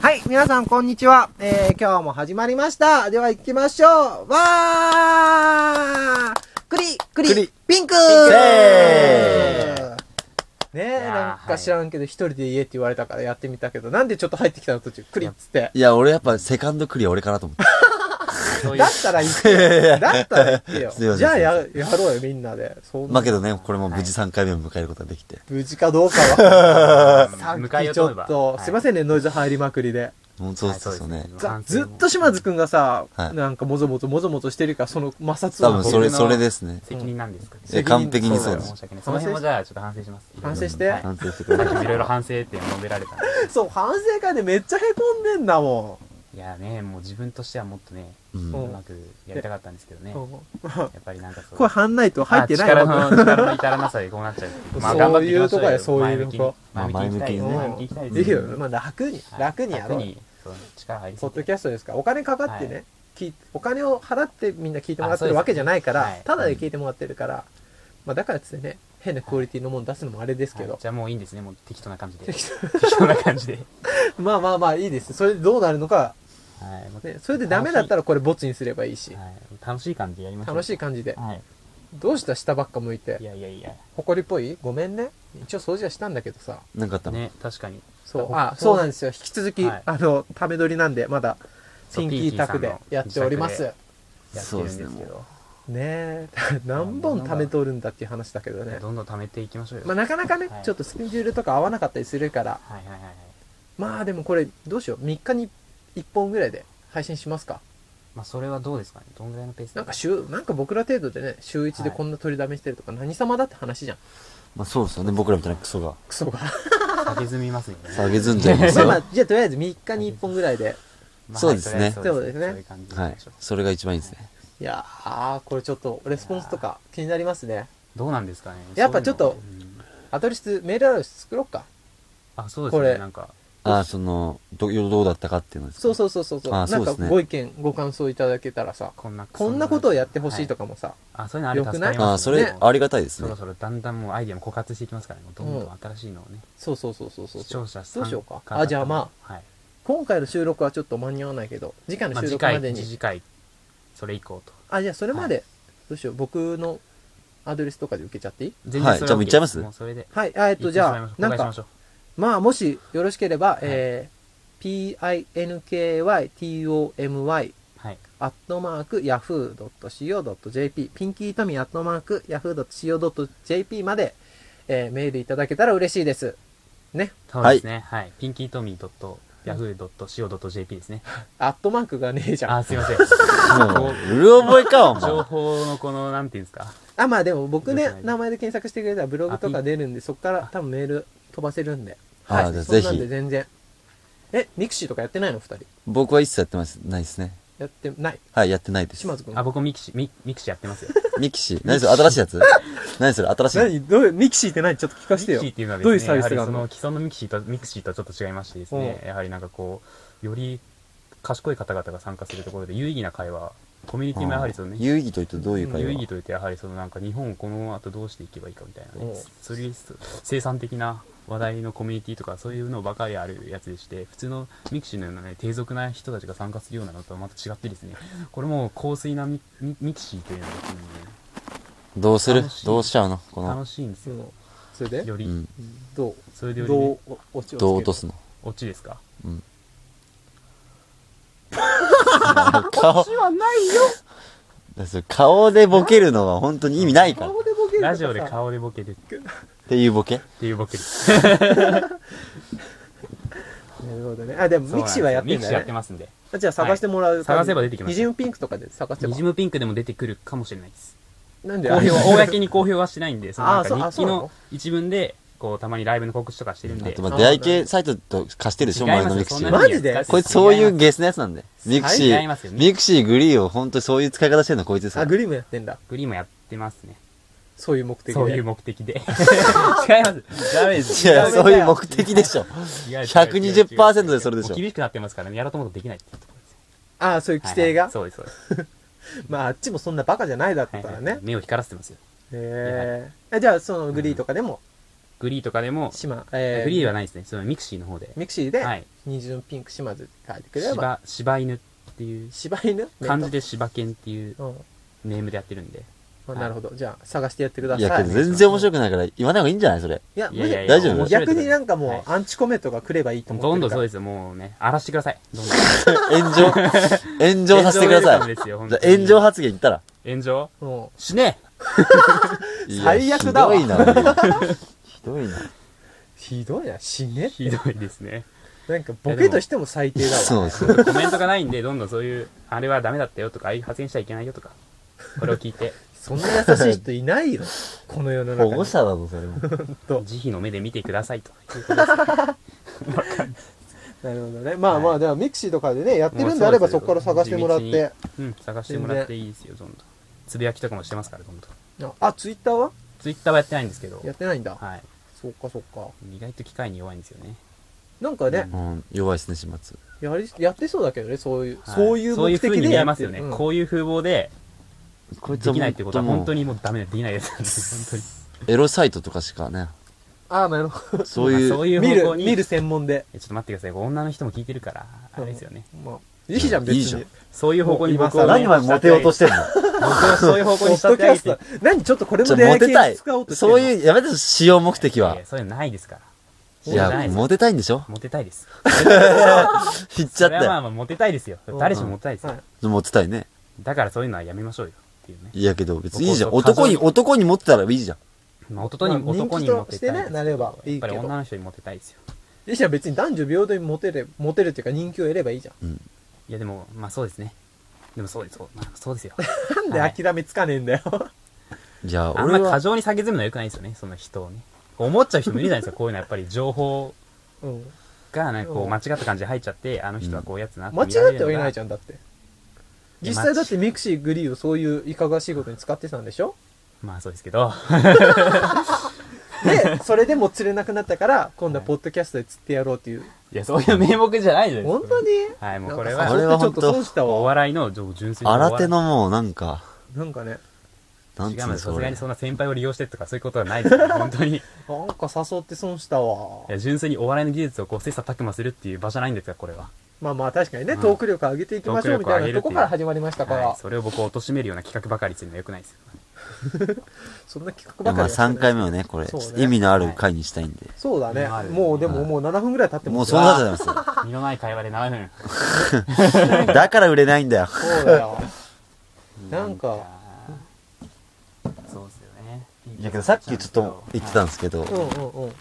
はい、皆さんこんにちは。えー、今日も始まりました。では行きましょう。わークリ、クリ、栗ピンクせーねえ、やーなんか知らんけど、一人で家って言われたからやってみたけど、なんでちょっと入ってきたの途中、クリっつって。いや、俺やっぱセカンドクリア俺かなと思って。そういだうったら言ってよ。だったら言ってよ。 すいませんじゃあややろうよ、みんなで。そうまあけどね、これも無事3回目を迎えることができて。無事かどうか は。さ迎えよっきうちょと思えっばと、はいすいませんね、ノイズ入りまくりで。本当そうですよはいねそう。ざ反省ずもっと島津くんがさ、はいなんかもぞもぞもぞもぞしてるから、その摩擦多を分それ、僕のそれですね。責任なんですかね責任え完璧にそそううだでよす申。し訳ないその辺もじゃあちょっと反省します反省しはてい。反省してくさだっきさもい。いろいろ反省点を述べられたんでそう、反省会でめっちゃへこんでんだもいやねもう自分としてはもっとねううんまくやりたかったんですけどねん。やうんっぱりなんかそう声入んないと入ってないまあわ力の力の至らなさでこうなっちゃうまあ頑張っていきましょそういうとこやそういうとこ前向きにまあう前向きにいきたいんぜですひねよ、まあ楽に、はい楽にやろう。そう力入りポすッドぎキてャストですから、お金かかってはねい、聞いお金を払ってみんな聞いてもらってあそうでるすわけじゃないから、はいただで聞いてもらってるから、まあだからっつってね、変なクオリティのもの出すのもあれですけはどい、じゃあもういいんですねもう適当な感じで適適当な 感じでまあまあまあいいです。それでどうなるのか、はいもうね、それでダメだった楽らこれボツにすればいいししい、はい楽しい感じでやりましょう楽しい感じで。はいどうした下ばっか向いいて、やいやいや埃っぽいごめんね。一応掃除はしたんだけどさ。なんかあったのね確かにそう、ああ、ほそうなんですよ。引き続き、はいあの、ため撮りなんで、まだ、そピうンキー宅でやっております。やってるんですそけうですねどねえ、 何本ため撮るんだっていう話だけどね。どんどん貯めていきましょうよまあ、なかなかね、はいちょっとスケジュールとか合わなかったりするから、はいはいはいはいまあでもこれ、どうしよう。3日に1本ぐらいで配信しますか。まあそれはどうですかねどんぐらいのペースでなんか週、なんか僕ら程度でね、週1でこんな取りだめしてるとか、何様だって話じゃん。まあそうですよね。僕らみたいなクソがク ソが。下げ済みますよね下げずんじゃいますまあ よ。まあは、じゃあとりあえず3日に1本ぐらいで。まあそうですねはいそうですねそういう感じでいきいましょう。それが一番いいですね。いやー、これちょっと、レスポンスとか気になりますね。どうなんですかねやっぱちょっとそういうのうんアドレス、メールアドレス作ろうか。あそうですこれねなんかああ、その、ど、どうだったかっていうのですかそうそうそうそう。そうなあそんうでかすねご意見、ご感想いただけたらさ、こんなこんなことをやってほしいとかかもさ、あそういうのあれよく助なかいりますねああ、それねありがたいですそねろ。そろだんだんもうアイデアも枯渇していきますからねもうどんどん新しいのをねそうそうそうそうそう。視聴者さんどうしようか方々あじゃあまはい今回の収録はちょっと間に合わないけど、次回まのあ収次録ま回でに、次回それ以降とあ、じゃあそれまで、どうしよう、僕のアドレスとかで受けちゃっていい全はいそれじゃあもう行っちゃいます OK もうそれではい、あえっと、じゃあ、なん公開しまかし、ょうまあ、もしよろしければ、えー、pinkytomy はいアットマーク yahoo.co.jp ピンキートミーアットマーク yahoo.co.jp まで、えーメールいただけたら嬉しいです。ね。そうですねはいピンキートミー .yahoo.co.jp ですねアットマークがねえじゃん。ああ、すいませんもう、うる覚えか、お前。情報のこのなんていうんですかまあでも僕ねよくな、い名前で検索してくれたらブログとか出るんで、そこから多分メール飛ばせるんで。あはい。じゃあそんなんぜでひ全然。え、ミクシーとかやってないの二人。僕は一切やってます。ないですね。やってない。はい、やってないです。島津くんあ。僕ミキシミミキシやってますよミキシー。何それ新しいやつ何それ新しい何どうミクシーって何ちょっと聞かミせキてよシー。っていうのはですどうね、いうサービやスはりがあそるのの既存のミキシーとミクシーとはちょっと違いましてですね、うやはりなんかこう、より賢い方々が参加するところで有意義な会話、コミュニティもやはりそのね、有意義というとどういう会有話意義といってやはりそのなんか日本をこの後どうしていけばいいかみたいなうんね、そういう生産的な話題のコミュニティとかそういうのばかりあるやつでして、普通のミキシーのようなね、低俗な人たちが参加するようなのとはまた違ってですね、これもう香水なミミミキシーというのがですね、どうする楽しいどうしちゃうのこの楽、しいんですうよ。んそれで、より、うん。どそれでうより、どねう、お落ちをつけるどう落と すのオチですかうん。顔、はないよそれ 顔でボケるのは本当に意味ないから。っ顔でボケるとかさラジオで顔でボケるってていうボケいうボケです。なるほどね。あ、でもミキシーはやってんミキだシーやっよてね。ますんで。あじゃあ探してもらう、い探せば出てきますニジムピンクとかで探せばニジ。ムピンクでも出てくるかもしれないです。なんで公表は、公 に公表はしてないんで、そのなんあそうあか日そう記なのの一文で、こう、たまにライブの告知とかしてるんあで。と、まあ出会い系サイトと貸してるでしょ違い前まのミすよクそシんなー。のマジでこいつそういう違ゲスなやつなんで。ミクシいますよー、ミクシーグリーを本当にそういう使い方してるのこいつですあ、から。グリームやってんだ。グリーンもやってますね。そういう目的で。そういう目 的で。違います。ダメです。いや、そういう目的でしょ。違う違う違う120%でそれでしょもう厳しくなってますからね、やろうと思うとできないっていうところですよ。ああ、そういう規定が、はいはいそうです、そうです。まあ、あっちもそんなバカじゃないだったはいかはらいね。目を光らせてますよ。へえ。あじゃあ、そのグリーとかでも、フリーとかでも、島、えー、フリーはないですね。そのミクシーの方で。ミクシーで、はい。二重のピンク島津って書いてくれれば、柴、柴犬っていう、柴犬漢字で柴犬っていううん。ネームでやってるんで。まあなるほど。じゃあ、探してやってくだいさい。や、けど全然面白くないから、言わない方がいいんじゃない それ。いや、いやいやいむや大丈夫しろ逆になんかもう、はいアンチコメントが来ればいいとど思んってるから。どんそうですよ。もうね、荒らしてください。どんどん。炎上、炎上させてくださ炎上ウェルカムい。ですよ、じゃあ炎上本発言言ったら。当に炎上うんしねいや最悪だわひどい な。ひひどどいな。いな、死ねえ。ひどいですね。なんか、ボケとしても最低だわ。そうそう。コメントがないんで、どんどんそういう、あれはダメだったよとか、ああいう発言しちゃいけないよとか、これを聞 いて、そんな優しい人いないよ。この世の中保に。護者だぞ、それも。慈悲の目で見てくださいということです。なるほどね。まあまはあ、いでもミクシーとかでね、やってるんであればもそうこそかうでら探しすよてもらっ地道て。うん、探してもらっていいですよ、どんどん。つぶやきとかもしてますから、どんどん。あ、ツイッターはツイッターはやってないんですけど、やってないんだ。はい。そっかそっか。意外と機械に弱いんですよね。なんかねう、ん、弱いですね、始末。やり、やってそうだけどね、そういう、はいそういう目そういう風的にで見えやまっすてよる。ね。うんこういう風貌で、こいできないってことは本当に。にもうダメで、できないです。本エロサイトとかしかね、ああ、なるほど。そう当に。いまあそうう、いう見方る、向に。見る専門で。えちょっと待ってください。これ女の人も聞いてるから、あれですよね。まあ、いいじゃん、別いいじゃんに。そういう方向に僕を、もう何までモテようとししてんの僕をそういう方向ポにッ仕立ドてキャ上げスてト。何ちょっとこれちもょ、出会モい系テたいに使おう。としてるそのういう、やめてよ、使用目的はや。そういうのないですから。いそうじゃなや、いですモテたいんでしょモテたいです。言っ ちゃそっれはまたあまあモテたいですようん。誰しもモテたいですはよい。。よ。モテたいね。だからそういうのはやめましょうよ。っていうね。いやけど、別にいいじゃん。男と男に、男にモテたらいいじゃん。まあ男に、まあ男に人気とモテたいですけど。してねなればいいけどやっぱり女の人にモテたいですよ。いいじゃん、別に男女平等にモテる、モテるっていうか人気を得ればいいじゃん。いやでも、まあそうですね。でもそうです、そうまあそうですよ。なんで諦めつかねえんだよ。いや、あん ま俺り過は、剰に下げずむのは良くないですよね、その人をね。思っちゃう人もいるじゃない ですか、こういうのはやっぱり情報うん。が、なんかこう間違った感じで入っちゃって、あの人はこういうやつなって間見られ違っるてのがはいないじゃん、だって。実際だってミクシーグリーをそういういかがわしいことに使ってたんでしょまあそうですけど、で、それでも釣れなくなったから、今度ははいポッドキャストで釣ってやろうっていう。いや、そういう名目じゃないです本当にはい、もうこれなんかこは、れはちょっと本当損したおわ。笑いの純粋なお笑い新手のもう、なんか、なんかね、なん違つううんでのすさそすがれに。そんな先輩を利用してとかそういうことはないですよ本当に。いなんか誘って損したわ。や純粋にお笑いの技術をこう、切磋琢磨するっていう場じゃないんですよ、これは。まあまあ確かにね、うんトーク力上げていきましょうみたトいなーク力上げるっていとうこから始まりましたから、はい、それを僕を貶めるような企画ばかりするのは良くないです よ。そんな企画まばあかりはしてない3回目をね、これ、そうね意味のある回にしたいんで。そうだね今ある。もうでもはいもう7分ぐらい経ってもまうすそうなっちゃいますよ。身のない会話で7分。だから売れないんだよ。そうだよ。なんか、そうですよね。いやけどさっきちょっと言ってたんですけうど、んうんう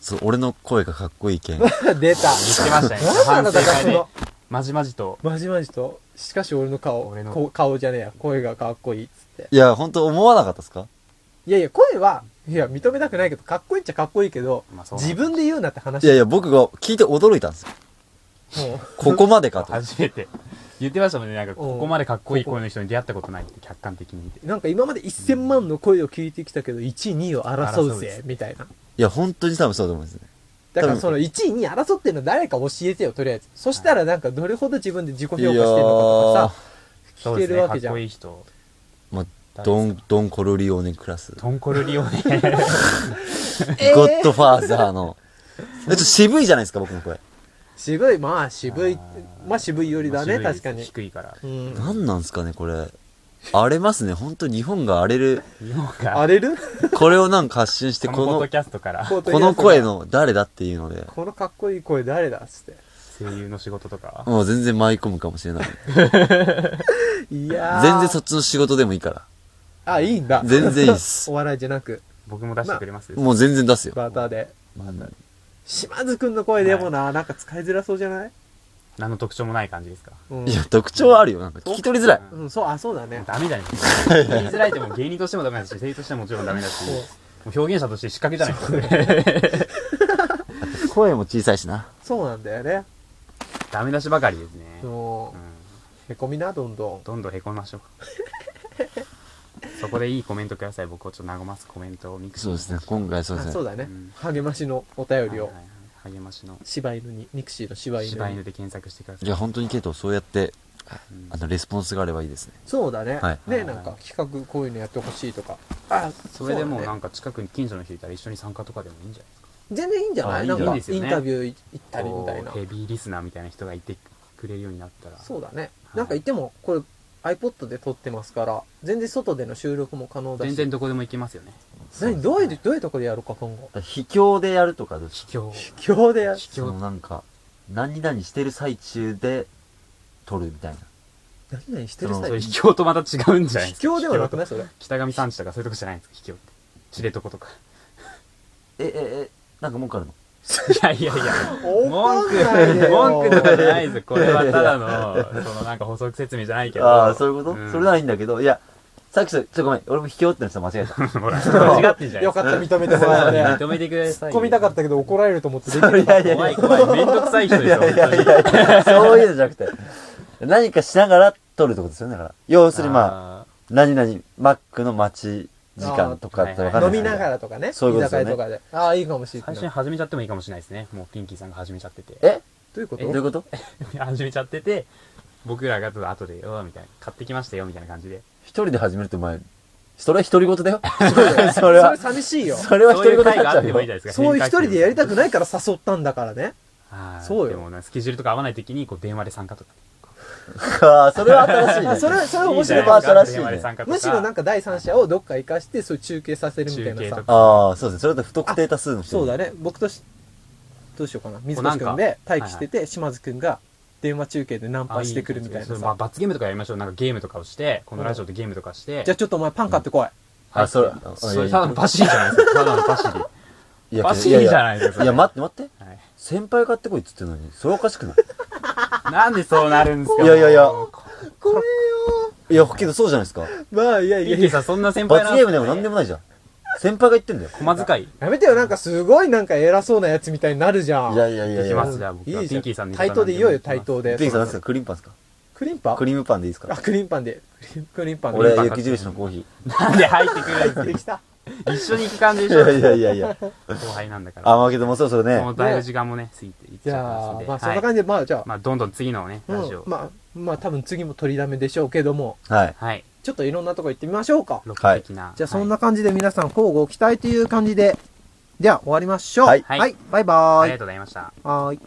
そう俺の声がかっこいいけん。ん。出た。言ってましたね。なん反な省んだから会そでの。、まじまじと。まじまじと、しかし俺の顔、俺のこ顔じゃねえや、声がかっこいいっつって。いや、ほんと思わなかったですかいやいや、声は、いや、認めたくないけど、かっこいいっちゃかっこいいけど、まあそうなんだ自分で言うなって話。いやいや、僕が聞いて驚いたんですよ。もう、ここまでかと。初めて。言ってましたもんね。なんか、うんここまでかっこいい声の人に出会ったことないって客観的に見て。なんか今まで1000万の声を聞いてきたけど、1位、2位を争う争うぜぜ、みたいな。いや、本当に多分そうだと思うんですね。だから多分その1位、2位争ってるの誰か教えてよ、とりあえず。そしたらなんかどれほど自分で自己評価いしてるやのかとかー、さ、そ聞うけでするね。わかけっじゃこん。いい人。まあ、ドン、ドンコルリオーネクラス。トンコルリオね。えーゴッドファーザーの。 えちょっと渋いじゃないですか、僕の声。渋い、まあ渋いあ、ーまあ渋いよりだね、まあ確渋いかでにす。低いから。うん。なんなんすかね、これ。荒れますね。本当日本が荒れる。日本荒が、れ るこれをなんか発信して、ここのポッドの、キャストから、この声。の誰だっていうので、このかっこいい声誰だっつって。声優の仕事とか。もう全然舞い込むかもしれない。いやー。全然そっちの仕事でもいいから。あ、いいんだ。全然いいっ すお笑いじゃなく、僕も出してくれますもう全然出すよ。バーターで。 うん島津くんの声でもな、なんか使いづらそうじゃない何の特徴もない感じですかうんい。や、特徴はあるよ。なんか聞き取りづらい。うん、そう、あ、そうだね。ダメじゃないですか。言いづらいっても芸人としてもダメだし、声優としてももちろんダメだし、そうもう表現者として仕掛けじゃないですか。声も小さいしな。そうなんだよね。ダメ出しばかりですね。もう、うんへこみな、どんどん。どんどんへこみましょう。そこでいいコメントください。僕をちょっと和ますコメントをミクシーそうにですね。今回そうあですそうね。だねうん。励ましのお便はりいはをい、はい励ましの柴犬に、ミクシーの柴犬柴に犬。で検索してくださいいや、。本当にケイト、そうやってあの、レスポンスがあればいいですね。そうだね。はいはね、いなんか企画こういうのやってほしいとか。あ、それでもううだなねんか近くに近所の人いたら一緒に参加とかでもいいんじゃないですか全然いいんじゃなあいいいなねんかいいですイよンねタビュー行ったりみたいなこう。ヘビーリスナーみたいな人がいてくれるようになったらそうだね。はいなんか言っても、これ iPod で撮ってますから、全然外での収録も可能だし。全然どこでも行けますよね何どういう、どういうとこでやろうか、今後。秘境でやるとかどうし秘境秘境でやる。秘その境なんか、何々してる最中で撮るみたいな。何々してるその際それに秘境とまた違うんじゃない秘ですか境ではなくない秘境とそれ。北上山地とかそういうとこじゃないんですか秘境って知床 とかえ、え、え、なんか文句あるのいやいやいやわか文んない句、よ文句とかじゃないです。これはただの、そのなんか補足説明じゃないけど。ああ、そういうこと、んそれならいいんだけど、いや、さっきそれ、ちょ、ごめん、俺も卑怯ってのさ、間違えた。 ほら、間違ってんじゃないですよか。かった、認めてもらえたね。認めてください。込みたかったけど怒られると思ってできるいやいや怖い怖い。めんどくさい人ですよ、本当に。そういうのじゃなくて、何かしながら撮るってことですよね、だから。要するにまあ、あ何々、マックの待ち時間とかってわかんない飲みながら。らとかね。そういうことですよね居酒屋とかで。ああ、いいかもしれー。な最い。初に始めちゃってもいいかもしれないですね。もうピンキーさんが始めちゃってて。えどういうこどういうとこと 始めちゃってて、僕らがちょっと後で、よみたいな。買ってきましたよ、みたいな感じで。一人で始めるってお前、それは独り言だよ。そ そ れれはは、寂しいよ。それはそ独ういりう言に会なっがちあっゃてうもいいよじ。ゃないですか。そういう一人でやりたくくないから誘ったんだからね。そうよでもね、スケジュールとか合わない時に、こう、電話で参加とか。ああ、それは新しいね。それは、それは面じ白ゃいなパでートだしいい新しすかね電話で参加とかむしろなんか第三者をどっか行かして、そういう中継させるみたいな中継さと。かああ、そうですね。それだと不特定多数の人。そうだ。ね。僕とし、どうしようかな。水越くんで待機してて、島津くんが電話中継でナンパしてくるみたいなそれまあ、さ。罰ゲームとかやりましょう。なんかゲームとかをして、このラジオでゲームとかして。じゃあちょっとお前パン買ってこい。あ、それ、それただのパシリじゃないですか。ただのパシリ。いやパシリじゃないですか。いや、待って待って。はい先輩買ってこいっつってんのに、それおかしくないなんでそうなるんですかいやいやいやもうこれよいや、けどそうじゃないですか。まあいやいピやッいキーや。さん、そんな先輩罰なんゲームでも何でもないじゃん。先輩が言ってんだよ。駒遣い。やめてよ、なんかすごいなんか偉そうなやつみたいになるじゃん。いやいやいやでいきまやす。じゃあ僕いはいピじゃンキーさんん。に。対等でいいよよ、対。等で。ピンさん何ですかクリームパンですかクリンパクリームパンでいいですあ、かクリンパンで。クリンクリンパンで。俺クリンは雪印のコーヒなんで入ってくるんパンでですきた。 か一緒に行く感じでー。いしょやいやいやいや。後輩なんだから。あ、まあけどもうそろそろもうね。だいぶ時間もね、過ぎていっじちゃゃっあ、てまあますそんんなで。はい感じで、まあじゃあ、まあ、どんどん次のね、うラジんオ。まあ、まあ多分次も取りだめでしょうけども、はい。はい。ちょっといろんなとこ行ってみましょうか。ロック的な。じゃあそんはな感じで皆さん交互期待という感じで、では終わりましょう。はいはい、バイバいーありがイ。とうございました。はーい。